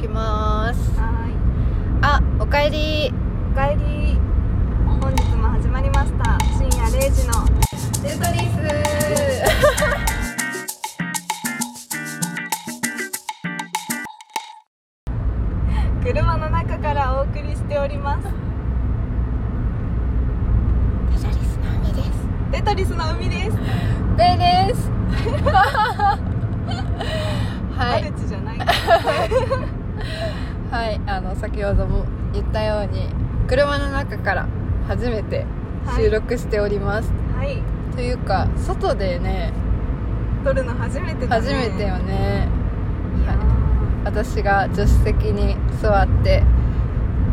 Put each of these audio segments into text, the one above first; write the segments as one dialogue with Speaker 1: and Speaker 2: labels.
Speaker 1: きます
Speaker 2: は
Speaker 1: あおかえり
Speaker 2: ーい。おかえり。本日も始まりました。深夜0時の
Speaker 1: テトリス
Speaker 2: 車の中からお送りしております。
Speaker 1: テトリスの海です
Speaker 2: テトリスの海です。
Speaker 1: ベイですは
Speaker 2: マ
Speaker 1: い
Speaker 2: ルチじゃない。
Speaker 1: はいあの先ほども言ったように車の中から初めて収録しております、
Speaker 2: はい。
Speaker 1: というか外でね
Speaker 2: 撮るの初めてだ
Speaker 1: 初
Speaker 2: ね。
Speaker 1: めてよね
Speaker 2: いやー
Speaker 1: 私が助手席に座って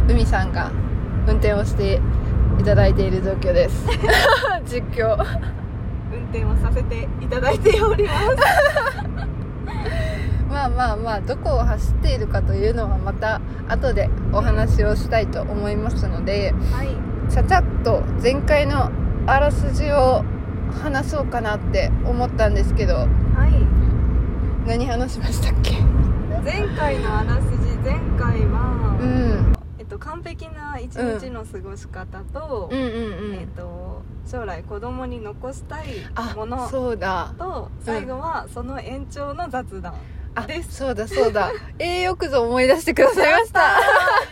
Speaker 1: 海さんが運転をしていただいている状況 です実況
Speaker 2: 運転をさせていただいております。
Speaker 1: まあまあまあどこを走っているかというのはまた後でお話をしたいと思いますので
Speaker 2: はい。
Speaker 1: ちゃちゃっと前回のあらすじを話そうかなって思ったんですけど
Speaker 2: はい。
Speaker 1: 何話しましたっけ
Speaker 2: 前回のあらすじ、前回は、
Speaker 1: うん
Speaker 2: えっと完璧な一日の過ごし方と、
Speaker 1: うんうんう
Speaker 2: えっ
Speaker 1: ん
Speaker 2: と将来子供に残したい
Speaker 1: あ
Speaker 2: もの
Speaker 1: そうだ
Speaker 2: と最後はその延長の雑談、
Speaker 1: あ
Speaker 2: です
Speaker 1: そうだそう だえー、よくぞ思い出してくださいました
Speaker 2: あ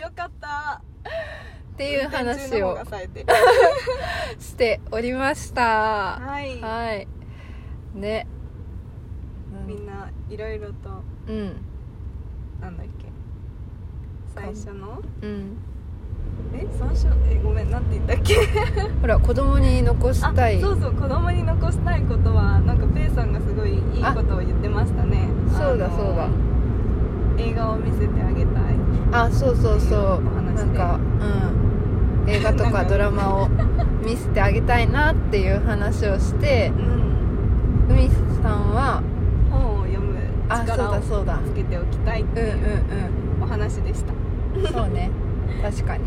Speaker 2: よかった
Speaker 1: っていう
Speaker 2: 電柱
Speaker 1: 話
Speaker 2: の方
Speaker 1: を
Speaker 2: が冴えてる
Speaker 1: しておりました
Speaker 2: はい、
Speaker 1: はいね
Speaker 2: みんないろいろと
Speaker 1: うん
Speaker 2: なんだっけ最初の
Speaker 1: うん
Speaker 2: え最初えごめんなんて言ったっけ
Speaker 1: ほら子供に残したい
Speaker 2: あそうそう子供に残したいことはなんかペイさんがすごいいいことを言ってましたね
Speaker 1: そうだ
Speaker 2: あの
Speaker 1: そうだ
Speaker 2: 映画を見せてあげたい
Speaker 1: あそうそうそう
Speaker 2: お話で
Speaker 1: なんかうん映画と
Speaker 2: な
Speaker 1: か
Speaker 2: んか
Speaker 1: ドラマを見せてあげたいなっていう話をして
Speaker 2: うん
Speaker 1: 海さんは
Speaker 2: 本を読む
Speaker 1: あそう
Speaker 2: 力を
Speaker 1: だそうだ
Speaker 2: つけておきたいって
Speaker 1: うんう
Speaker 2: い
Speaker 1: ん
Speaker 2: うお話でした、
Speaker 1: うんそうね確かに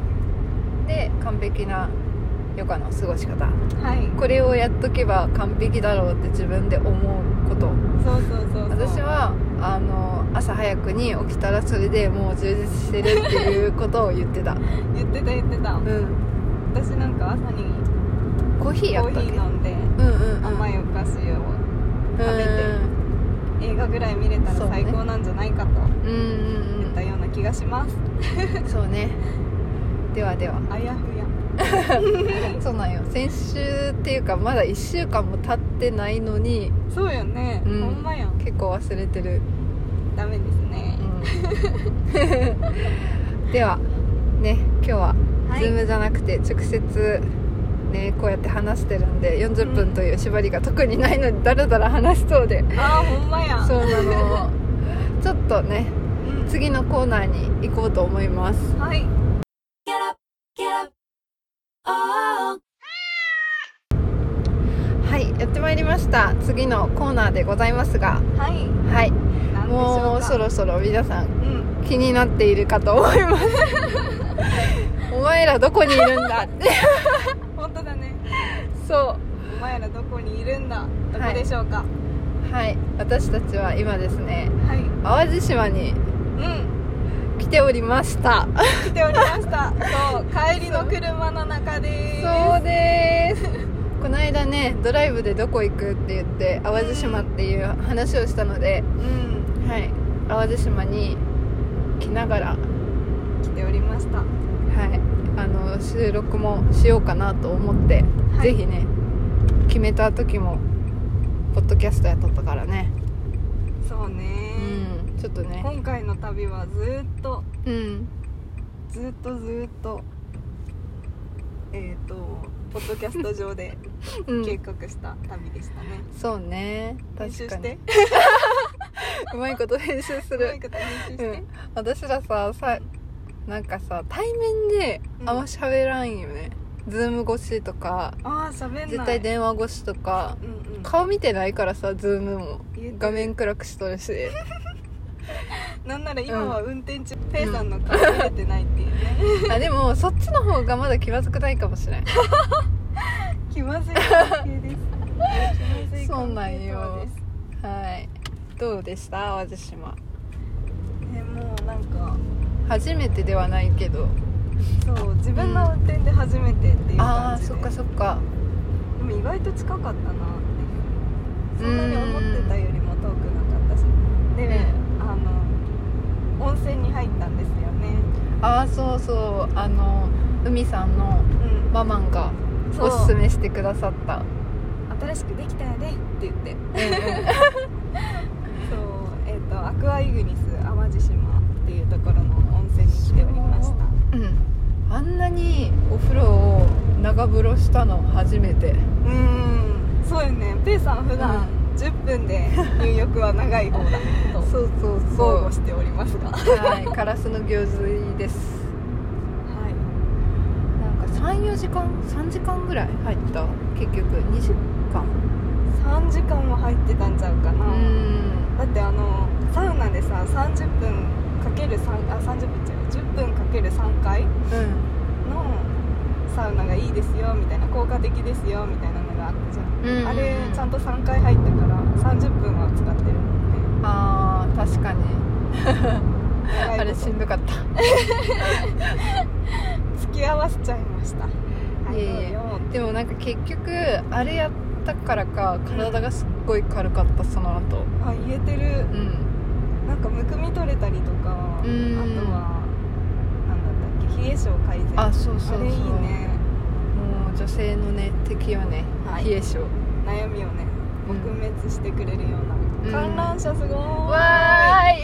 Speaker 1: で完璧な余暇の過ごし方
Speaker 2: はい
Speaker 1: これをやっとけば完璧だろうって自分で思うこと
Speaker 2: そうそうそうそう
Speaker 1: 私はあの朝早くに起きたらそれでもう充実してるっていうことを言ってた
Speaker 2: 言ってた言ってた
Speaker 1: うん
Speaker 2: 私なんか朝に
Speaker 1: コーヒーや
Speaker 2: コ
Speaker 1: った
Speaker 2: ー
Speaker 1: っ
Speaker 2: ヒ
Speaker 1: け
Speaker 2: ー飲んで
Speaker 1: うんうんうん
Speaker 2: 甘いお菓子を食べて
Speaker 1: う
Speaker 2: 映画ぐらい見れたら
Speaker 1: そうね
Speaker 2: 最高なんじゃないかと
Speaker 1: んうんうん
Speaker 2: 言ったような気がします、
Speaker 1: うんそうねではで は
Speaker 2: あやふや
Speaker 1: そうなんよ先週っていうかまだ1週間も経ってないのに
Speaker 2: そうよね、
Speaker 1: うん
Speaker 2: ほんまやん
Speaker 1: 結構忘れてる、
Speaker 2: ダメですね
Speaker 1: う、ん ではね今日は
Speaker 2: はい
Speaker 1: ズームじゃなくて直接ねこうやって話してるんで40分という縛りが特にないのにだらだら話しそうで、
Speaker 2: あーほんまやん
Speaker 1: そうなのちょっとね
Speaker 2: うん
Speaker 1: 次のコーナーに行こうと思います
Speaker 2: はい
Speaker 1: はいやってまいりました次のコーナーでございますが
Speaker 2: はい
Speaker 1: はい
Speaker 2: なんでしょうか
Speaker 1: もうそろそろ皆さん
Speaker 2: うん
Speaker 1: 気になっているかと思います お前らどこにいるんだって
Speaker 2: 本当だね
Speaker 1: そう
Speaker 2: お前らどこにいるんだど
Speaker 1: は
Speaker 2: こ
Speaker 1: い
Speaker 2: でしょうか
Speaker 1: はい私たちは今ですね
Speaker 2: はい、
Speaker 1: 淡路島に
Speaker 2: うん
Speaker 1: 来ておりました
Speaker 2: 来ておりました そう帰りの車の中です
Speaker 1: そうです。 この間ね、ドライブでどこ行くって言って、淡路島っていう話をしたので、
Speaker 2: うん
Speaker 1: はい、淡路島に来ながら、はい、
Speaker 2: 来ておりました
Speaker 1: あの収録もしようかなと思って、
Speaker 2: はい
Speaker 1: ぜひね、決めた時もポッドキャストやっとったからね。
Speaker 2: そうね
Speaker 1: う、ん、ちょっとね、
Speaker 2: 今回の旅はずーっと
Speaker 1: うん、
Speaker 2: ずーっとずーっとえっ、とポッドキャスト上で
Speaker 1: うん
Speaker 2: 計画した旅でしたね、
Speaker 1: そうね、
Speaker 2: 編
Speaker 1: 確
Speaker 2: 集
Speaker 1: か
Speaker 2: して
Speaker 1: に。うまいこと編集す
Speaker 2: うま
Speaker 1: る
Speaker 2: い。こと編集して、
Speaker 1: うん私らささなんかさ対面で
Speaker 2: うん
Speaker 1: あんま喋らんよね、ズーム越しとか
Speaker 2: ああ喋んない
Speaker 1: 絶対電話越しとか
Speaker 2: うんうん
Speaker 1: 顔見てないからさズームも
Speaker 2: 言えてる
Speaker 1: 画面暗くしとるし
Speaker 2: なんなら今は運転中、ペイさんの顔見れてないっていうね
Speaker 1: あでもそっちの方がまだ気まずくないかもしれない
Speaker 2: 気まずい関係 です気まずい関係とは
Speaker 1: そうなんよ
Speaker 2: です
Speaker 1: はいどうでした淡路島
Speaker 2: えもうなんか
Speaker 1: 初めてではないけど
Speaker 2: そう自分の運転で初めてっていう
Speaker 1: あ
Speaker 2: 感
Speaker 1: あ
Speaker 2: じで、
Speaker 1: そっかそっか
Speaker 2: でも意外と近かったなっていうそんなに思ってたよりも遠くなかったしで、あの温泉に入ったんですよね
Speaker 1: ああそうそうあの海さんの
Speaker 2: うん
Speaker 1: ママンが
Speaker 2: そう
Speaker 1: おすすめしてくださった
Speaker 2: 新しくできたよねって言って
Speaker 1: う
Speaker 2: そうえっ、とアクアイグニス淡路島っていうところの温泉に来ておりました
Speaker 1: ん、うん、あんなにお風呂を長風呂したの初めて
Speaker 2: うーんそうよねペイさん普段10分で入浴は長い方だと
Speaker 1: そうそう
Speaker 2: 豪語しております がはい
Speaker 1: はいカラスの行水ですなんか34時間3時間ぐらい入った結局2時間
Speaker 2: 3時間も入ってたんちゃうかな、
Speaker 1: うん
Speaker 2: だってあのサウナでさ30分かける3あ30分違う10分かける3回のサウナがいいですよみたいな効果的ですよみたいなのがあったじゃん、
Speaker 1: うん
Speaker 2: あれちゃんと3回入ったから30分は使ってるもんね
Speaker 1: あー確かに
Speaker 2: 長いこと
Speaker 1: あれしんどかった
Speaker 2: 付き合わせちゃいましたはい
Speaker 1: えいえ
Speaker 2: どうよ
Speaker 1: でもなんか結局あれやったからか体がすっごい軽かったその後
Speaker 2: あ言えてる
Speaker 1: うん
Speaker 2: なんかむくみ取れたりとかあ
Speaker 1: う
Speaker 2: と
Speaker 1: ん
Speaker 2: はなんだったっけ冷え性改善
Speaker 1: あそうそうそう
Speaker 2: あれいいね
Speaker 1: もう女性のね敵はね、
Speaker 2: はい
Speaker 1: 冷え性
Speaker 2: 悩みをね
Speaker 1: うん
Speaker 2: 撲滅してくれるよう
Speaker 1: うん
Speaker 2: な、観覧車すごーい
Speaker 1: わーい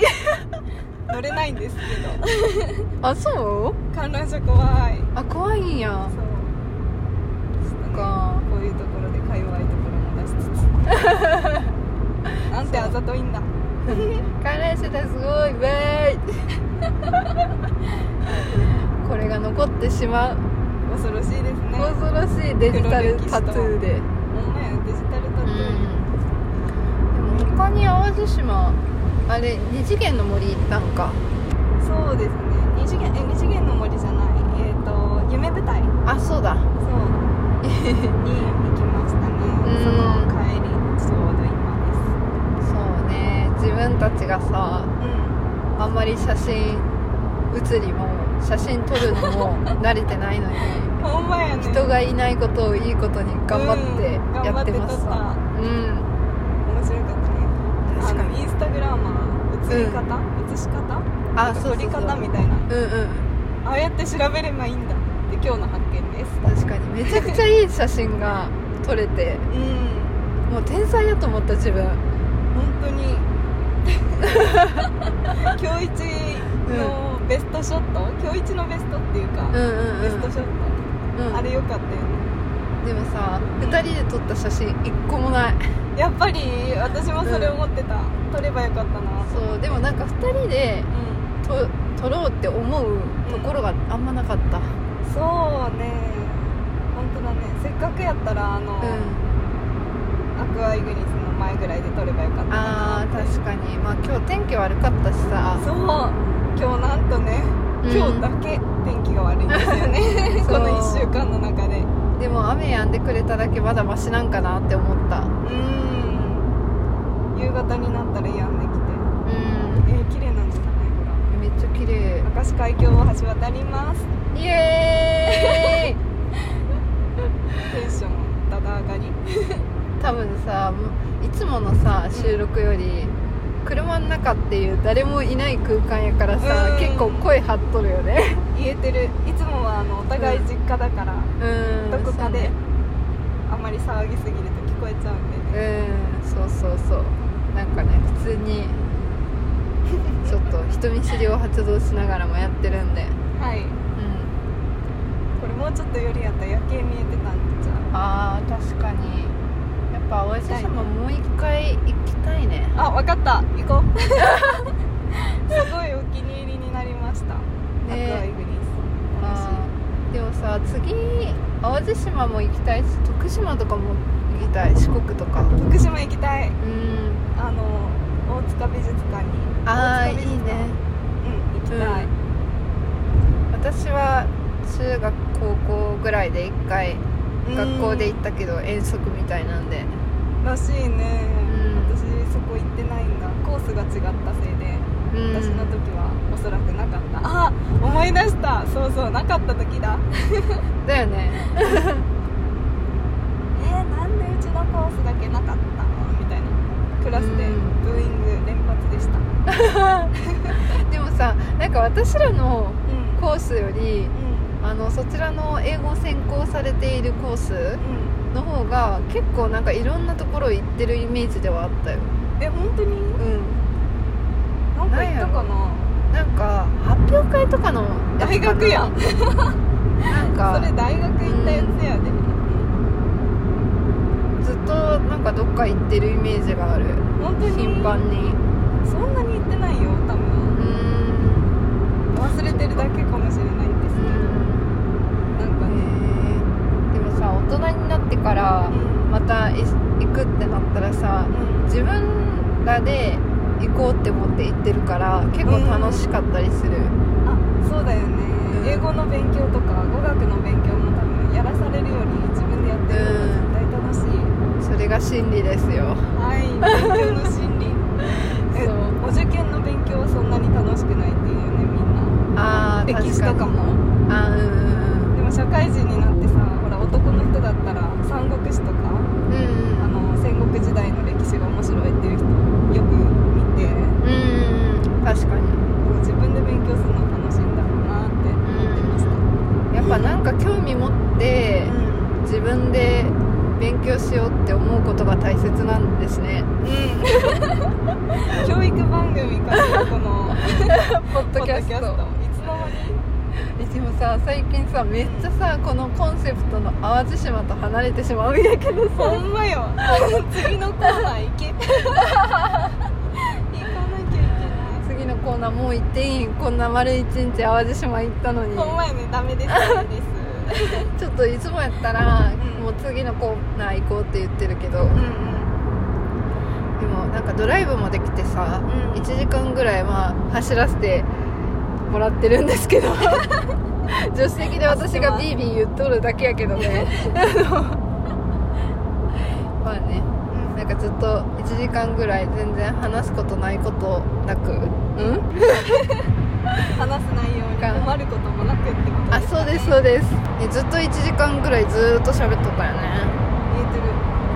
Speaker 2: 乗れないんですけ
Speaker 1: あそう
Speaker 2: ど 観覧車怖い
Speaker 1: あ怖いんや
Speaker 2: そうちょっとね
Speaker 1: か
Speaker 2: こういうところでか弱いところも出しつ つなんてあざといんだ
Speaker 1: 観覧車だすごいわーい これが残ってしまう
Speaker 2: 恐ろしいですねほ
Speaker 1: 恐ろしいデジタルタトゥーで、
Speaker 2: んまやデジタルタ
Speaker 1: う
Speaker 2: トゥー
Speaker 1: んでも他に淡路島あれ二次元の森行ったんか
Speaker 2: そうですね二次元え二次元の森じゃないえっ、と夢舞台
Speaker 1: あそうだ
Speaker 2: そうに行きましたね
Speaker 1: うん
Speaker 2: その帰りちょうど今
Speaker 1: そうね自分たちがさあんまり写真写りも写真撮るのも慣れてないのに
Speaker 2: ですうんほんまやね
Speaker 1: 人がいないことをいいことに頑張ってやってます
Speaker 2: うん頑張
Speaker 1: さ
Speaker 2: っ
Speaker 1: う
Speaker 2: て
Speaker 1: ん、
Speaker 2: 面白かったねあ
Speaker 1: 確か
Speaker 2: のイ
Speaker 1: に
Speaker 2: ンスタグラマー写り方、写し方
Speaker 1: あそう
Speaker 2: 撮
Speaker 1: そう
Speaker 2: り
Speaker 1: そう
Speaker 2: 方みたいな
Speaker 1: うんうん
Speaker 2: ああやって調べればいいんだって今日の発見です
Speaker 1: 確かにめちゃくちゃいい写真が撮れて
Speaker 2: うん
Speaker 1: もう天才だと思った自分
Speaker 2: 本当に 今日一のベストショット、今日一のベストっていうか、
Speaker 1: うんうん
Speaker 2: ベストショッ
Speaker 1: うん、
Speaker 2: ト、あれ良かったよね
Speaker 1: でもさ2人で撮った写真1個もない
Speaker 2: やっぱり私もそれ思ってた、撮ればよかったなう
Speaker 1: そうでもなんか2人で
Speaker 2: ん
Speaker 1: と撮ろうって思うところがあんまなかった
Speaker 2: そうね本当だねせっかくやったらあの、
Speaker 1: うん
Speaker 2: アクアイグニスの前ぐらいで撮ればよかった
Speaker 1: あ
Speaker 2: な
Speaker 1: ー確かにまあ今日天気悪かったしさ
Speaker 2: そう今日なんとね
Speaker 1: うん
Speaker 2: 今日だけ天気が悪いんですよ ね、
Speaker 1: そう
Speaker 2: この1週間の中でう
Speaker 1: でも雨止んでくれただけまだマシなんかなって思った
Speaker 2: ーん夕方になったらやんできて
Speaker 1: うん
Speaker 2: えー、綺麗なんじゃないほら
Speaker 1: めっちゃ綺麗
Speaker 2: 明石海峡大橋渡ります
Speaker 1: イエーイ
Speaker 2: テンションだだ上がり
Speaker 1: 多分さもういつものさ収録より車の中っていう誰もいない空間やからさ
Speaker 2: うん
Speaker 1: 結構声張っとるよね
Speaker 2: 言えてるいつもはあのお互い実家だから、
Speaker 1: うん
Speaker 2: どこか
Speaker 1: そう
Speaker 2: で
Speaker 1: ね
Speaker 2: あんまり騒ぎすぎると聞こえちゃうんでね
Speaker 1: うんそうそうそうなんかね普通 にちょっと人見知りを発動しながらもやってるんで
Speaker 2: は
Speaker 1: う
Speaker 2: い
Speaker 1: ん
Speaker 2: これもうちょっとよりやったら夜景見えてたんじゃ
Speaker 1: あ
Speaker 2: う
Speaker 1: ー確かにやっぱ淡路島もう一回行きたいね
Speaker 2: あわかった行こ うすごいお気に入りになりました、アクアイ
Speaker 1: ね
Speaker 2: グニス楽しい
Speaker 1: あーでもさ次淡路島も行きたいし徳島とかも行きたい四国とか
Speaker 2: 徳島行きたい
Speaker 1: うん
Speaker 2: あの大塚美術館に
Speaker 1: ああ
Speaker 2: 大
Speaker 1: い
Speaker 2: 塚美
Speaker 1: い
Speaker 2: 術館
Speaker 1: ね
Speaker 2: うん行きたい、
Speaker 1: う私は中学高校ぐらいで一回
Speaker 2: うん
Speaker 1: 学校で行ったけど遠足みたいなんで
Speaker 2: らしいね、
Speaker 1: うん
Speaker 2: 私そこ行ってないんだコースが違ったせいで
Speaker 1: うん
Speaker 2: 私の時はおそらくなかった、あい出したそうそうなかった時だ
Speaker 1: だよね
Speaker 2: えー、なんでうちのコースだけなかったのみたいなクラスで
Speaker 1: うん
Speaker 2: ブーイング連発でしたうん
Speaker 1: でもさなんか私らの
Speaker 2: う
Speaker 1: コースよりあのそちらの英語専攻されているコース
Speaker 2: ん
Speaker 1: の方が結構なんかいろんなところ行ってるイメージではあったよ
Speaker 2: うんえ本当に
Speaker 1: うん
Speaker 2: なんか言ったかな
Speaker 1: なんか発表会とかのやつかな
Speaker 2: 大学やんそ
Speaker 1: なん
Speaker 2: れ
Speaker 1: か
Speaker 2: 大学行ったやつやで
Speaker 1: ずっとなんかどっか行ってるイメージがある
Speaker 2: 本当に
Speaker 1: 頻繁に
Speaker 2: そんなに行ってないよ多
Speaker 1: う
Speaker 2: 分
Speaker 1: ーん
Speaker 2: 忘れてるだけかもしれないんですけどなんか
Speaker 1: へ
Speaker 2: ね
Speaker 1: ーでもさ大人になってからまたい行くってなったらさ
Speaker 2: うん
Speaker 1: 自分らで行こうって思って行ってるから結構楽しかったりする
Speaker 2: あそうだよね、
Speaker 1: うん
Speaker 2: 英語の勉強とか語学の勉強も多分やらされるより自分でやってる方が絶対楽しい、
Speaker 1: それが真理ですよ
Speaker 2: はい勉強の心理 え
Speaker 1: そう
Speaker 2: お受験の勉強はそんなに楽しくないっていうよねみんな
Speaker 1: あー
Speaker 2: 歴史とかも
Speaker 1: あーうん
Speaker 2: でも社会人になってさほら男の人だったら三国志とか
Speaker 1: うんうん
Speaker 2: あの戦国時代の歴史が面白いっていう人よく見て
Speaker 1: うんうんうん確かに
Speaker 2: 自分で勉強するの楽しいんだろうなって思ってました、
Speaker 1: やっぱなんか興味持って自分で勉強しようって思うことが大切なんですね
Speaker 2: うん 教育番組からこの
Speaker 1: ポッ
Speaker 2: ポッドキャストいつの間に
Speaker 1: でもさ最近さめっちゃさこのコンセプトの淡路島と離れてしまうんやけど
Speaker 2: ほんまよ次のコーナー行け行かなきゃいけな
Speaker 1: 次のコーナーもう行っていいこんな丸一日淡路島行ったのに
Speaker 2: いほんまやねダメですダメです
Speaker 1: ちょっといつもやったら、
Speaker 2: うん
Speaker 1: もう次のコーナー行こうって言ってるけど、
Speaker 2: うん
Speaker 1: でもなんかドライブもできてさ、
Speaker 2: うん
Speaker 1: 1時間ぐらいまあ走らせてもらってるんです けど助手席で私がビービー言っとるだけやけどね まあね
Speaker 2: うん
Speaker 1: なんかずっと1時間ぐらい全然話すことないことなくうん
Speaker 2: 話す内容に困ることもなくってこと
Speaker 1: あ
Speaker 2: す
Speaker 1: そうですそうですねずっと1時間ぐらいずーっと喋っとったよね
Speaker 2: 言えてる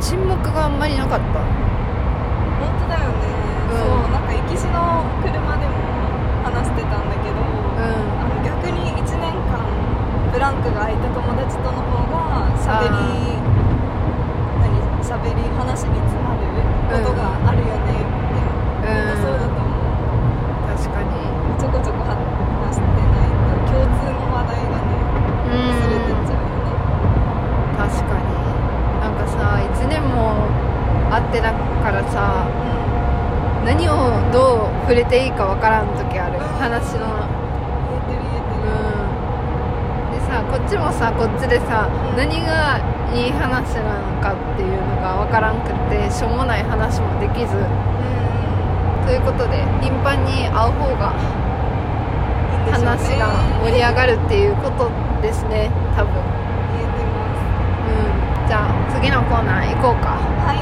Speaker 1: 沈黙があんまりなかった
Speaker 2: 本当だよね、
Speaker 1: うん
Speaker 2: そうなんか行きしの車でも話してたんだけ
Speaker 1: うん
Speaker 2: ど、あの逆に1年間ブランクが空いた友達との方がしゃべり何しゃべり話に詰まることがあるよねって、本当そうだと思う
Speaker 1: 確かに
Speaker 2: ちょこちょこは話してないと共通の話題がね忘れてっちゃうよね
Speaker 1: 確かになんかさ1年も会ってなからさ何をどう触れていいかわからん時ある話の
Speaker 2: うん言えてる言
Speaker 1: うん
Speaker 2: えてる
Speaker 1: でさこっちもさこっちでさ
Speaker 2: うん
Speaker 1: 何がいい話なのかっていうのがわからんくってしょうもない話もできず
Speaker 2: うん
Speaker 1: ということで頻繁に会う方が
Speaker 2: いいんでしょうね
Speaker 1: 話が盛り上がるっていうことですね多分うん
Speaker 2: 言えてます
Speaker 1: じゃあ次のコーナー行こうか
Speaker 2: は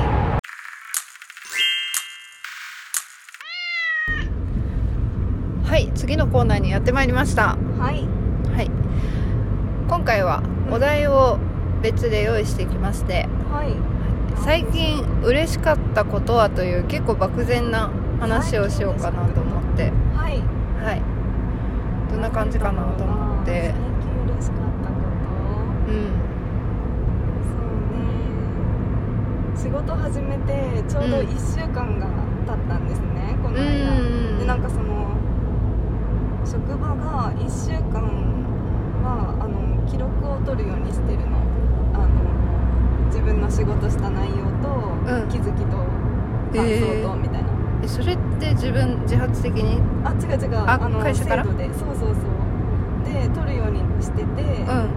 Speaker 1: はい次のコーナーにやってまいりました
Speaker 2: いはい
Speaker 1: はい、今回は
Speaker 2: うん
Speaker 1: お題を別で用意してきまして
Speaker 2: はい
Speaker 1: 最近嬉しかったことはという結構漠然な話をしようかなと思って
Speaker 2: はい
Speaker 1: はいどんな感じかなと思って
Speaker 2: 最近嬉しかったこ
Speaker 1: うん
Speaker 2: とそうね仕事始めてちょうど
Speaker 1: うん
Speaker 2: 1週間が経ったんですね、この
Speaker 1: う
Speaker 2: 間、
Speaker 1: ん
Speaker 2: でなんかその職場が1週間はあの記録を取るようにしてるのあの自分の仕事した内容と、
Speaker 1: うん
Speaker 2: 気づきと感想とみたいな、
Speaker 1: えそれって自分自発的に
Speaker 2: あ違う違う
Speaker 1: あ
Speaker 2: の
Speaker 1: 会社から
Speaker 2: 制度でそうそうそうで取るようにしてて、
Speaker 1: ん
Speaker 2: で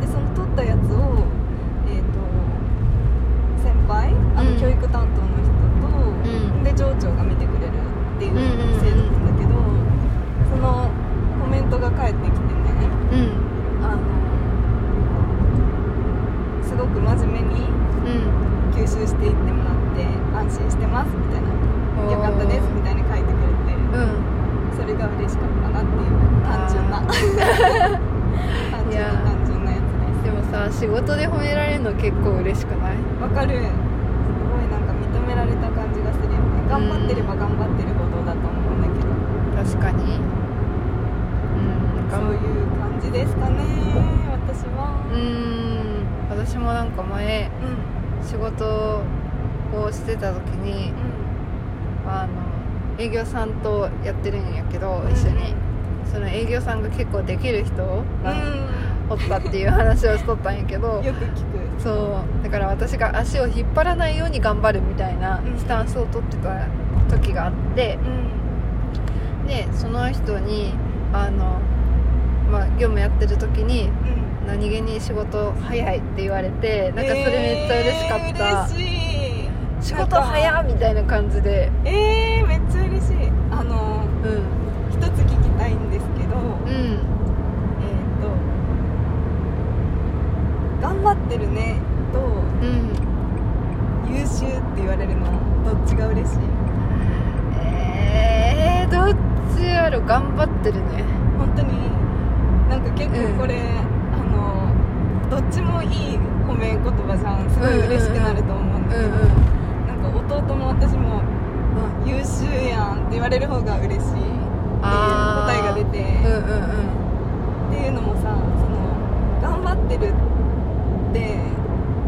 Speaker 2: その取ったやつをえっ、と先輩あ
Speaker 1: うん
Speaker 2: の教育担当の人と、
Speaker 1: ん
Speaker 2: で上長が見てくれるっていう
Speaker 1: うんうんうん
Speaker 2: 制度なんだけど、そのコメントが返ってきてね
Speaker 1: うん
Speaker 2: あのすごく真面目に
Speaker 1: うん
Speaker 2: 吸収していってもらって安心してますみたいな「よかったです」みたいに書いてくれて
Speaker 1: うん
Speaker 2: それが嬉しかったなっていう単純な
Speaker 1: 仕事で褒められるの結構嬉しくない
Speaker 2: わかるすごいなんか認められた感じがするよね頑張ってれば頑張ってることだと思うんだけど、
Speaker 1: 確かにうん
Speaker 2: そ
Speaker 1: 頑
Speaker 2: う
Speaker 1: 張
Speaker 2: いう感じですかね私は
Speaker 1: うーん私もなんか前
Speaker 2: うんうん
Speaker 1: 仕事をしてた時にあの営業さんとやってるんやけど一緒にその営業さんが結構できる人がおったっていう話をしとったんやけ
Speaker 2: う
Speaker 1: ど
Speaker 2: んよく聞く
Speaker 1: そうだから私が足を引っ張らないように頑張るみたいな
Speaker 2: うん
Speaker 1: スタンスを取ってた時があって
Speaker 2: うん
Speaker 1: でその人にあの、まあ、業務やってる時に
Speaker 2: うん
Speaker 1: 「何気に仕事早い」って言われてなんかそれめっちゃ嬉しかった、
Speaker 2: えー、嬉しい
Speaker 1: 仕事早っみたいな感じで
Speaker 2: えー、めっちゃ嬉しいあの
Speaker 1: うん
Speaker 2: 一つ聞きたいんですけど
Speaker 1: うん
Speaker 2: えーっと頑張ってるねと
Speaker 1: うん
Speaker 2: 優秀って言われるのどっちが嬉しい
Speaker 1: えー、どっちやろ頑張ってるね
Speaker 2: 本当になんか結
Speaker 1: うん
Speaker 2: 構これ、あのどっちもいい褒め言葉じゃんすごい嬉しくなると思うんだけど、なんか弟も私も「優秀やん」って言われる方が嬉しいっていう
Speaker 1: あ
Speaker 2: 答
Speaker 1: ー
Speaker 2: えが出て、
Speaker 1: うんうん
Speaker 2: っていうのもさその頑張ってるって、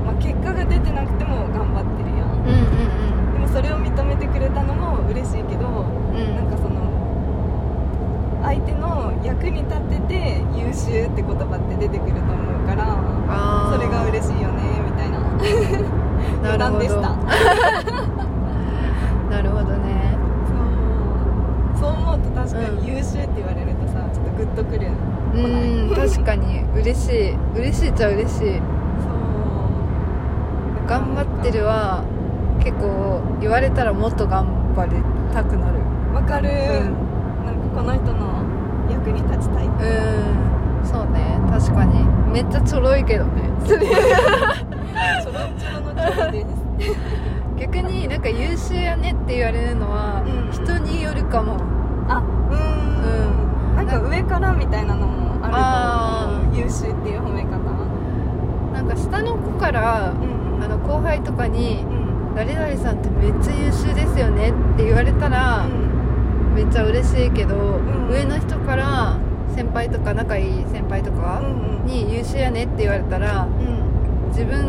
Speaker 2: まあ、結果が出てなくても頑張ってるやん
Speaker 1: うんうん
Speaker 2: でもそれを認めてくれたのも嬉しいけど
Speaker 1: うんうんうん
Speaker 2: なんかその相手の役に立ってて優秀って言葉って出てくると思うから
Speaker 1: あー
Speaker 2: それが嬉しいよねみたいな
Speaker 1: な
Speaker 2: 余
Speaker 1: るほ
Speaker 2: 談
Speaker 1: ど
Speaker 2: でした
Speaker 1: なるほどね
Speaker 2: そうそう思うと確か
Speaker 1: うん
Speaker 2: に優秀って言われるとさちょっとグッとくる
Speaker 1: うん確かに嬉しい嬉しいっちゃ嬉しい
Speaker 2: そう
Speaker 1: 頑張ってるは結構言われたらもっと頑張りたくなる
Speaker 2: わかる、
Speaker 1: うん
Speaker 2: なんかこの人の役に立ちたいっ
Speaker 1: う
Speaker 2: て
Speaker 1: んそうね確かにめっちゃちょろいけどね
Speaker 2: ちょろちょろのちょろです
Speaker 1: 逆になんか優秀やねって言われるのは、
Speaker 2: うん
Speaker 1: 人によるかも
Speaker 2: あうんなんか上からみたいなのもあると思
Speaker 1: あ
Speaker 2: う優秀っていう褒め方は
Speaker 1: なんか下の子から
Speaker 2: うん
Speaker 1: あの後輩とかに「
Speaker 2: うん
Speaker 1: 誰々さんってめっちゃ優秀ですよね」って言われたらめっちゃ嬉しいけど、
Speaker 2: ん
Speaker 1: 上の人から先輩とか仲いい先輩と
Speaker 2: う
Speaker 1: か
Speaker 2: ん
Speaker 1: に「優秀やね」って言われたら
Speaker 2: うん
Speaker 1: 自分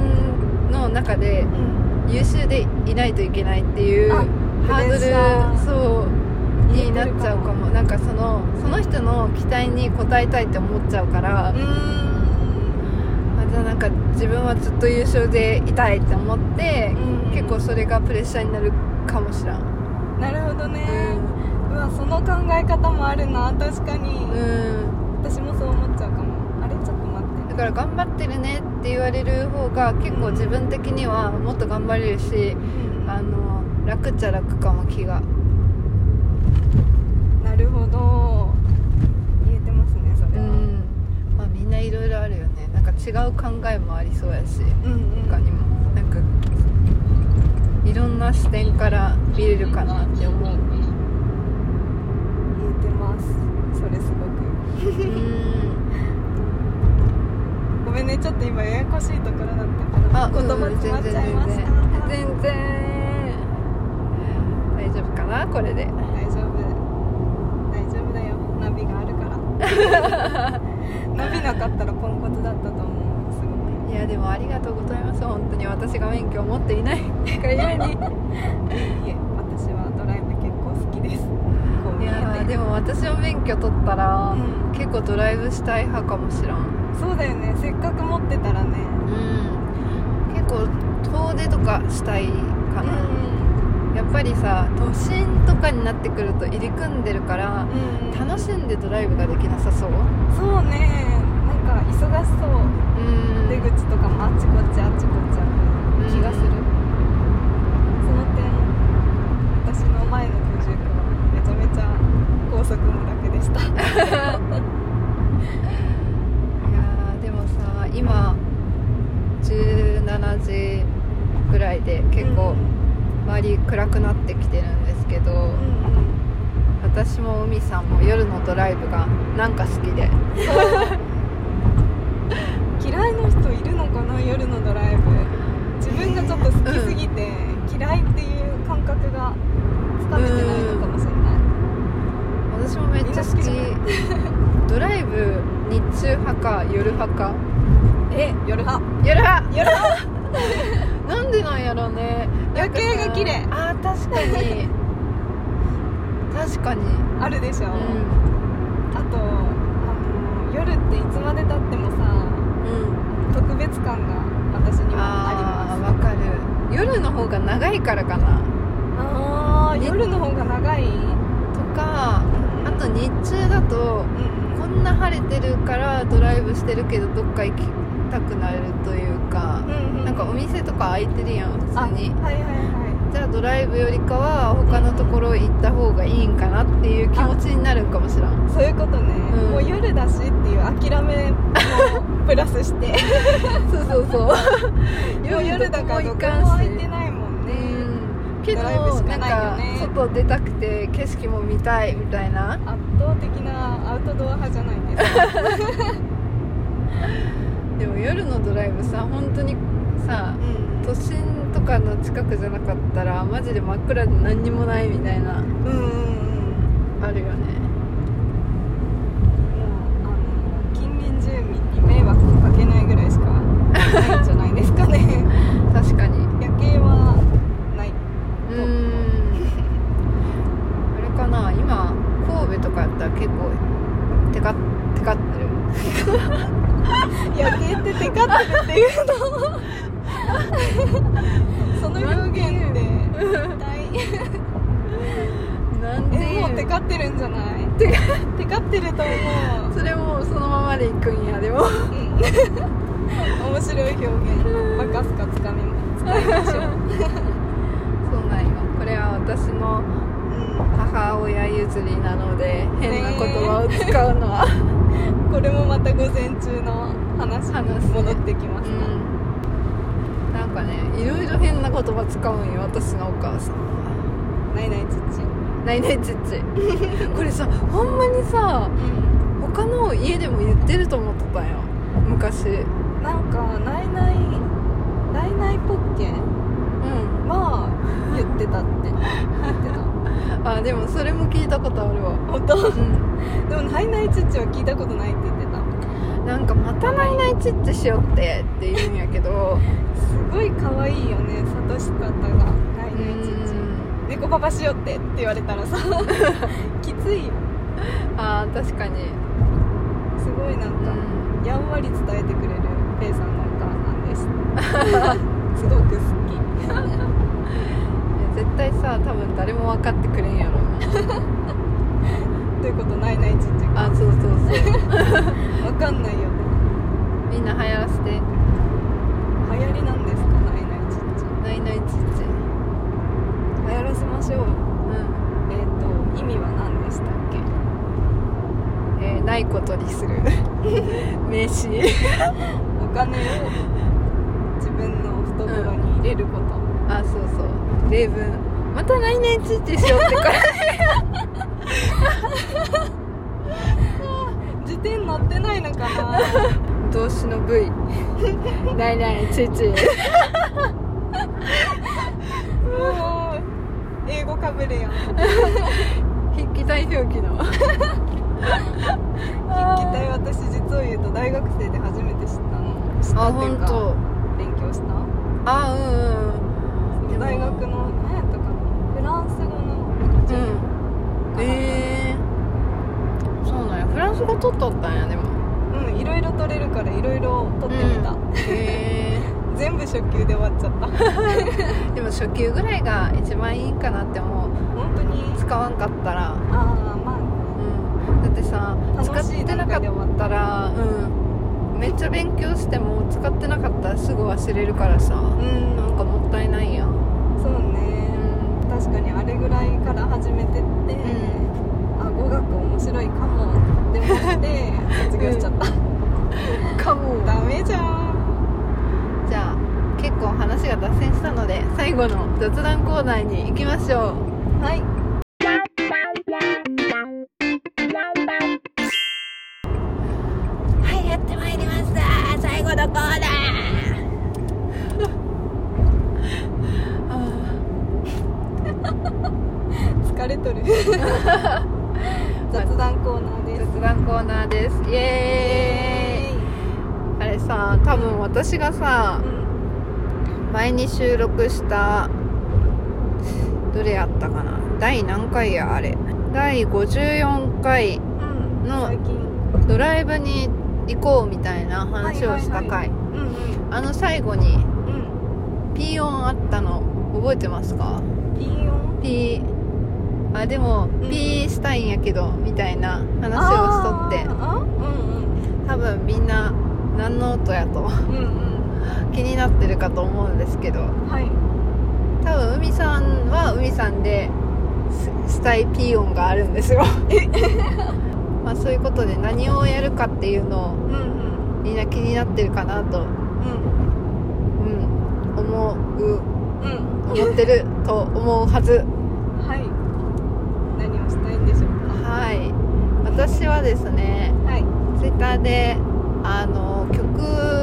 Speaker 1: の中で
Speaker 2: うん
Speaker 1: 優秀でいないといけないっていう
Speaker 2: あ
Speaker 1: ハード
Speaker 2: プレッシャ
Speaker 1: ル
Speaker 2: ー
Speaker 1: そうになっちゃうかもなんかそのその人の期待に応えたいって思っちゃうから、あ
Speaker 2: うー
Speaker 1: じゃあなんか自分はずっと優勝でいたいって思って、
Speaker 2: ん
Speaker 1: 結構それがプレッシャーになるかもしらん
Speaker 2: なるほどね
Speaker 1: う
Speaker 2: うわその考え方もあるな確かに、
Speaker 1: ん、うん、
Speaker 2: 私もそう思っちゃうかもあれちょっと待って
Speaker 1: だから頑張ってるねって言われる方が結構自分的にはもっと頑張れるし
Speaker 2: うん
Speaker 1: あの楽っちゃ楽かも気が
Speaker 2: なるほど言えてますねそれ
Speaker 1: う
Speaker 2: は、
Speaker 1: んまあみんないろいろあるよねなんか違う考えもありそうやし
Speaker 2: うんうん
Speaker 1: 他にもなんかいろんな視点から見れるかなって思う
Speaker 2: 言えてますそれすごく
Speaker 1: うん
Speaker 2: ごめんねちょっと今ややこしいところだったから
Speaker 1: あ
Speaker 2: 言葉
Speaker 1: うん
Speaker 2: 詰まっちゃいました、
Speaker 1: 全然全然全然大丈夫かなこれで
Speaker 2: 大丈夫大丈夫だよナビがあるから ナビなかったらポンコツだったと思うすごく
Speaker 1: いやでもありがとうございます本当に私が免許を持っていないがゆえに
Speaker 2: いえ私はドライブ結構好きですこう
Speaker 1: い
Speaker 2: 見え
Speaker 1: やー
Speaker 2: て
Speaker 1: でも私も免許取ったら、
Speaker 2: うん
Speaker 1: 結構ドライブしたい派かもしらん
Speaker 2: そうだよねせっかく持ってたらね
Speaker 1: うん結構遠出とかしたいかな、
Speaker 2: う
Speaker 1: やっぱりさ都心とかになってくると入り組んでるから
Speaker 2: んた
Speaker 1: 楽しんでドライブができなさそうう
Speaker 2: そうねなんか忙しそう出
Speaker 1: ん
Speaker 2: 口とかもあっちこっちあっちこっちある気がする
Speaker 1: う
Speaker 2: その点私の前の居住区はめちゃめちゃ高速も楽でした
Speaker 1: いやーでもさ今17時ぐらいで結構周り暗くなってきてるんですけど、
Speaker 2: うんうん
Speaker 1: 私も海さんも夜のドライブがなんか好きで
Speaker 2: 嫌いな人いるのか夜のドライブ自分がちょっと好きすぎて嫌いっていう感覚がつかめてないのかもしれない、
Speaker 1: 私もめっちゃ好き
Speaker 2: みんな
Speaker 1: ドライブ日中派か夜派か
Speaker 2: え夜派
Speaker 1: 夜派
Speaker 2: 夜派
Speaker 1: なんでなんやろうね
Speaker 2: 夜景が綺麗
Speaker 1: なんかさあー確かに確かに
Speaker 2: あるでしょ、
Speaker 1: う
Speaker 2: あとあの夜っていつまでたってもさ
Speaker 1: んうん
Speaker 2: 特別感が私には
Speaker 1: あ
Speaker 2: あ
Speaker 1: ー
Speaker 2: り
Speaker 1: わ
Speaker 2: ます
Speaker 1: かる夜の方が長いからかな
Speaker 2: ああ
Speaker 1: ね
Speaker 2: 夜の方が長い
Speaker 1: とかあと日中だと
Speaker 2: うんうん
Speaker 1: こんな晴れてるからドライブしてるけどどっか行きたくなるというか
Speaker 2: うんうん
Speaker 1: なんかお店とか開いてるやん普
Speaker 2: あは
Speaker 1: 通に
Speaker 2: いはいは
Speaker 1: じゃあドライブよりかは他のところ行った方がいいんかなっていう気持ちになるんかもしらん
Speaker 2: いそういうことね、
Speaker 1: うん
Speaker 2: もう夜だしっていう諦めもプラスして
Speaker 1: そうそうそう
Speaker 2: もう夜だからどこも空いてないもん
Speaker 1: う
Speaker 2: ね、
Speaker 1: んけど
Speaker 2: ドライブし
Speaker 1: な
Speaker 2: か
Speaker 1: ん
Speaker 2: ないよ
Speaker 1: か
Speaker 2: ね
Speaker 1: 外出たくて景色も見たいみたいな
Speaker 2: 圧倒的なアウトドア派じゃないです か
Speaker 1: でも夜のドライブさ本当にさ
Speaker 2: うん
Speaker 1: 都心とかの近くじゃなかったらマジで真っ暗で何にもないみたいな
Speaker 2: うんうんうん
Speaker 1: あるよね
Speaker 2: もうあの近隣住民に迷惑をかけないぐらいしかないんじゃないですかね
Speaker 1: 確かにう
Speaker 2: 夜景はない
Speaker 1: ーんあれかな今神戸とかやったら結構テカテカってる
Speaker 2: 夜景ってテカってるっていうのその表現で一体
Speaker 1: なんて
Speaker 2: え
Speaker 1: い
Speaker 2: もうテ
Speaker 1: う
Speaker 2: カってるんじゃない
Speaker 1: テ
Speaker 2: テカってると思う、
Speaker 1: それもうそのままでいくんやでも
Speaker 2: うん、面白い表現バカすかつかみ使いましょう、
Speaker 1: そうなんよこれは私の母親譲りなので変な言葉を使うのは、
Speaker 2: うん、これもまた午前中の話
Speaker 1: 話
Speaker 2: に戻ってきますな、
Speaker 1: うんなんかねいろいろ変な言葉使うんよ私のお母さんは
Speaker 2: ないないちっち
Speaker 1: ないないちっ ちこれさほんまにさ他の家でも言ってると思ってたんよ昔うん
Speaker 2: なんかないないないないポッケまあ言ってたって言ってた
Speaker 1: あでもそれも聞いたことあるわ
Speaker 2: 本当
Speaker 1: う
Speaker 2: でもないないちっちは聞いたことないって言ってた
Speaker 1: んなんか「またないないちっちしよって」って言うんやけ ど
Speaker 2: すごい可愛いよね諭し方がな
Speaker 1: う
Speaker 2: いないちっち
Speaker 1: ん
Speaker 2: 猫パパしようってって言われたら さきついよ
Speaker 1: あー確かに
Speaker 2: すごいなん
Speaker 1: う
Speaker 2: か、
Speaker 1: ん
Speaker 2: やんわり伝えてくれるペイさんのお母さんです すごく好き
Speaker 1: 絶対さ多分誰も分かってくれんやろうな
Speaker 2: ということないないちっち
Speaker 1: あそうそうそう
Speaker 2: わかんないよね
Speaker 1: みんな流行らせて
Speaker 2: 流行りなんですかないないちっち
Speaker 1: 「ないないちっち」
Speaker 2: 流行らせましょう
Speaker 1: うん
Speaker 2: えっ、と意味は何でしたっけ
Speaker 1: えーないことに する名詞
Speaker 2: お金を自分の懐に入れること、
Speaker 1: あそうそう例文また来年ちってしようってから
Speaker 2: 辞典載ってないの かな
Speaker 1: 動詞の V 来年ちち
Speaker 2: もう英語かぶれやん筆記
Speaker 1: 筆記体表記 の筆記
Speaker 2: 体私実を言うと大学生で初めて知ったの知った
Speaker 1: あ
Speaker 2: ってい
Speaker 1: 本
Speaker 2: うか
Speaker 1: 当
Speaker 2: 勉強した
Speaker 1: あうんでも
Speaker 2: 大学の何やったかなフランス語
Speaker 1: う
Speaker 2: の授業
Speaker 1: んうんえー、そうなんやフランス語取っとったんやでも
Speaker 2: うんいろいろ取れるからいろいろ取ってみた、
Speaker 1: え
Speaker 2: 全部初級で終わっちゃった
Speaker 1: ー、でも初級ぐらいが一番いいかなって思う
Speaker 2: 本当に
Speaker 1: 使わんかったら
Speaker 2: ああまあ
Speaker 1: うんだってさ使
Speaker 2: 楽し
Speaker 1: っ
Speaker 2: い
Speaker 1: てなか
Speaker 2: 中
Speaker 1: っ
Speaker 2: で終わった
Speaker 1: たらうんめっちゃ勉強しても使ってなかったらすぐ忘れるからさ
Speaker 2: うん
Speaker 1: なんかもったいないやん
Speaker 2: そう
Speaker 1: う
Speaker 2: ね、
Speaker 1: ん
Speaker 2: 確かにあれぐらいから始めてって、あ語学面白いかもって思って卒業しちゃった、
Speaker 1: かも
Speaker 2: ダメじゃん
Speaker 1: じゃあ結構話が脱線したので最後の雑談コーナーに行きましょう
Speaker 2: はい
Speaker 3: はい、やってまいりました。最後のコーナー。
Speaker 2: 疲れ とる雑談コーナーです
Speaker 1: 雑談コーナーですイエーイあれさ多分私がさ前に収録したどれやったかな第何回やあれ第54回
Speaker 2: うんうん
Speaker 1: の
Speaker 2: 最近
Speaker 1: ドライブに行こうみたいな話をした回、
Speaker 2: はいはいうん
Speaker 1: あの最後に
Speaker 2: うん
Speaker 1: ピー音あったの覚えてますか
Speaker 2: うんピン音
Speaker 1: ピーあでも、
Speaker 2: ん
Speaker 1: ピーしたいんやけどみたいな話をしとって
Speaker 2: あーうん
Speaker 1: 多分みんな何の音やと
Speaker 2: うんうん
Speaker 1: 気になってるかと思うんですけど
Speaker 2: うんはい
Speaker 1: 多分海さんは海さんですしたいピー音があるんですよ まあそういうことで何をやるかっていうのを
Speaker 2: うんうん
Speaker 1: みんな気になってるかなと、
Speaker 2: うん
Speaker 1: うん、思う
Speaker 2: うん
Speaker 1: 思ってると思うはず
Speaker 2: はい何をしたいんでしょう
Speaker 1: はい私はですね
Speaker 2: かはい
Speaker 1: ツイッターであの曲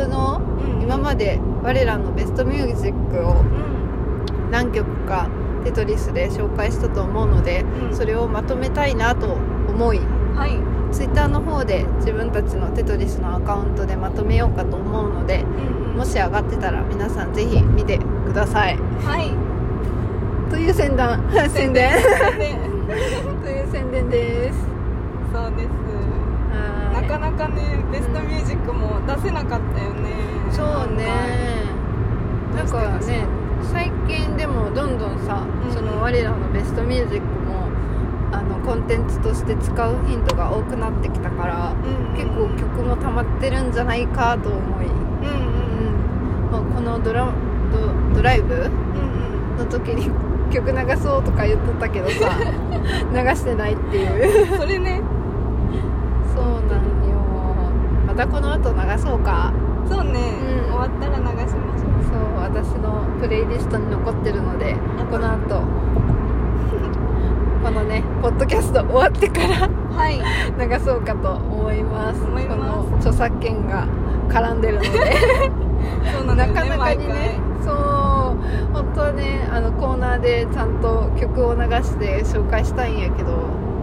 Speaker 1: の
Speaker 2: うん
Speaker 1: 今まで我らのベストミュージックを
Speaker 2: うん
Speaker 1: 何曲か「テトリス」で紹介したと思うので
Speaker 2: うん
Speaker 1: それをまとめたいなと思い
Speaker 2: はい
Speaker 1: ツイッターの方で自分たちの「テトリス」のアカウントでまとめようかと思うので
Speaker 2: うん
Speaker 1: もし上がってたら皆さんぜひ見てください
Speaker 2: はい
Speaker 1: という宣伝宣伝
Speaker 2: ね
Speaker 1: という宣伝です
Speaker 2: そうです
Speaker 1: は
Speaker 2: ないかなかねベストミュージックも出せなかったよね
Speaker 1: そうねなんかね最近でもどんどんさ、
Speaker 2: うん
Speaker 1: その我らのベストミュージックもあのコンテンツとして使う頻度が多くなってきたから
Speaker 2: うん
Speaker 1: 結構曲も溜まってるんじゃないかと思い、うん
Speaker 2: うんうん
Speaker 1: まあ、このドラドドライブ
Speaker 2: うん
Speaker 1: の時に 曲流そうとか言っとったけど さ流してないっていう
Speaker 2: うんそれね
Speaker 1: そうなんよまたこの後流そうか
Speaker 2: そうね
Speaker 1: うん
Speaker 2: 終わったら流しましょう
Speaker 1: そう私のプレイリストに残ってるのでこの後このねポッドキャスト終わってから
Speaker 2: はい
Speaker 1: 流そうかと思います
Speaker 2: 思います
Speaker 1: この著作権が絡んでる ので
Speaker 2: そうな
Speaker 1: なん
Speaker 2: だ
Speaker 1: か
Speaker 2: よね
Speaker 1: なかにねそう本当はねあのコーナーでちゃんと曲を流して紹介したいんやけど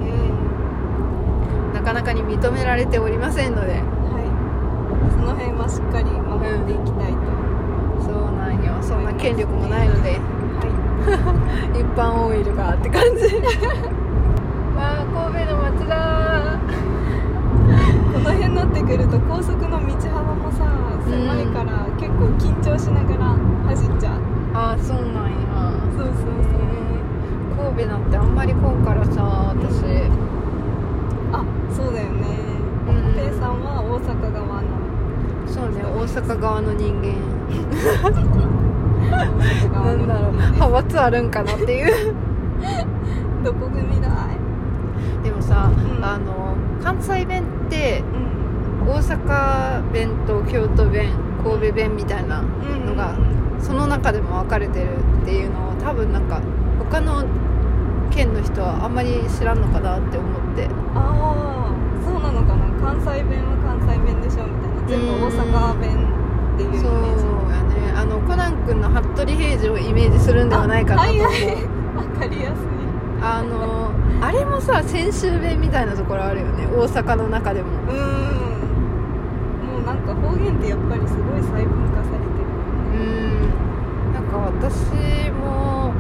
Speaker 2: 毎回うん
Speaker 1: なかなかに認められておりませんので
Speaker 2: はいその辺はしっかり守っていきたいと
Speaker 1: そうなんよそんな権力もないので
Speaker 2: は
Speaker 1: 一般オイルがって感 じわあ神戸の町だー
Speaker 2: いこの辺になってくると高速の道幅もさ狭いから結構緊張しながら走っちゃう
Speaker 1: あーそうなんや
Speaker 2: そうそう
Speaker 1: 神戸なんてあんまり来んからさ私
Speaker 2: あそうだよね
Speaker 1: うん
Speaker 2: ペイさんは大阪側の
Speaker 1: そうね大阪側の人間
Speaker 2: 大阪
Speaker 1: な
Speaker 2: 側の
Speaker 1: んだろう 派閥あるんかなって いう
Speaker 2: どこ組だい
Speaker 1: でもさ、
Speaker 2: うん
Speaker 1: あの関西弁って
Speaker 2: うん
Speaker 1: 大阪弁と京都弁神戸弁みたいな
Speaker 2: うん
Speaker 1: のがその中でも分かれてるっていうのを多分なんか他の県の人はあんまり知らんのかなって思って
Speaker 2: ああそうなのかな関西弁は関西弁でしょみたいな全部大阪弁っていうイメ
Speaker 1: そう
Speaker 2: ージ
Speaker 1: やねあのコナン君の服部平次をイメージするんではないかなと思う
Speaker 2: あはいわかりやすい
Speaker 1: あのあれもさ先週弁みたいなところあるよね大阪の中でも
Speaker 2: うーんもうなんか方言ってやっぱりすごい細分化されてるよ
Speaker 1: う
Speaker 2: ね
Speaker 1: んなんか私も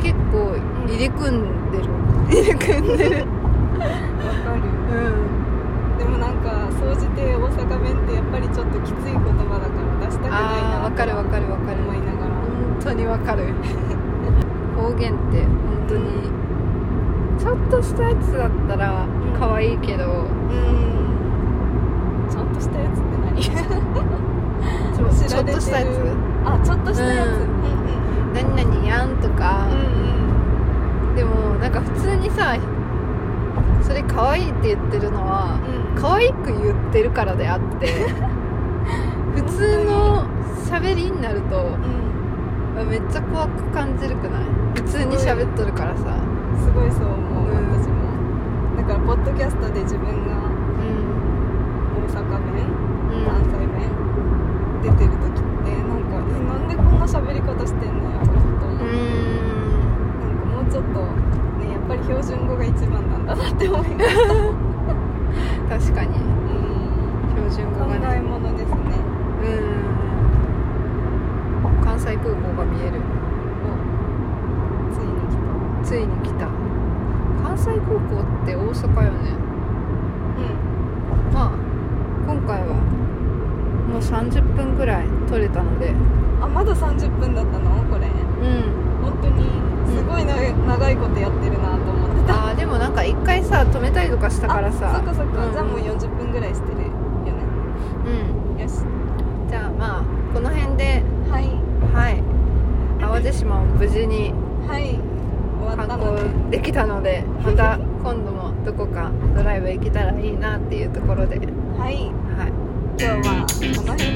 Speaker 1: 結構入り組んでる、入り組んでる
Speaker 2: わかる
Speaker 1: うん
Speaker 2: でもなんか総じて大阪弁ってやっぱりちょっときつい言葉だから出したくない
Speaker 1: ああ
Speaker 2: な
Speaker 1: わかるわかるわかる
Speaker 2: 思いながら
Speaker 1: 本当にわか る方言って本当にちょっとしたやつだったら可愛いけど、
Speaker 2: うんちゃんとしたやつって何
Speaker 1: ちょ
Speaker 2: 知
Speaker 1: ちょ
Speaker 2: ら
Speaker 1: っ
Speaker 2: れてる
Speaker 1: としたやつ
Speaker 2: あちょっとしたやつ
Speaker 1: う
Speaker 2: うんん
Speaker 1: 何々やんとか、
Speaker 2: うん
Speaker 1: でもなんか普通にさそれ可愛いって言ってるのは
Speaker 2: うん
Speaker 1: 可愛く言ってるからであって 普通の喋りになると
Speaker 2: うん
Speaker 1: めっちゃ怖く感じるくない普通に喋っとるからさ
Speaker 2: すごいそう思う、
Speaker 1: うん
Speaker 2: 私もだからポッドキャストで自分が
Speaker 1: うん
Speaker 2: 大阪弁
Speaker 1: うん
Speaker 2: 関西弁出てる時ってなんかえなんでこんな喋り方してんのやろうと思
Speaker 1: う
Speaker 2: う、
Speaker 1: ーん
Speaker 2: なんかもうちょっとねやっぱり標
Speaker 1: かに
Speaker 2: うん
Speaker 1: 標準語
Speaker 2: 考
Speaker 1: が
Speaker 2: え
Speaker 1: ね
Speaker 2: 物ですね
Speaker 1: うん関西空港が見える
Speaker 2: ついに来た
Speaker 1: ついに来た関西空港って大阪よね
Speaker 2: うん
Speaker 1: まあ今回はもう30分くらい取れたので
Speaker 2: あまだ30分だったのこれ
Speaker 1: うん
Speaker 2: 本当にすごい長い長いことやってるなと思ってた
Speaker 1: あーでもなんか一回さ止めたりとかしたからさ
Speaker 2: あそっかそっか、
Speaker 1: うん
Speaker 2: じゃあもう40分ぐらいしてるよ
Speaker 1: う
Speaker 2: ねよし
Speaker 1: んじゃあまあこの辺で
Speaker 2: はい
Speaker 1: はい淡路島を無事に
Speaker 2: はい終
Speaker 1: 観
Speaker 2: わったので
Speaker 1: 光できたのでまた今度もどこかドライブ行けたらいいなっていうところではい
Speaker 2: はい今日はこの辺で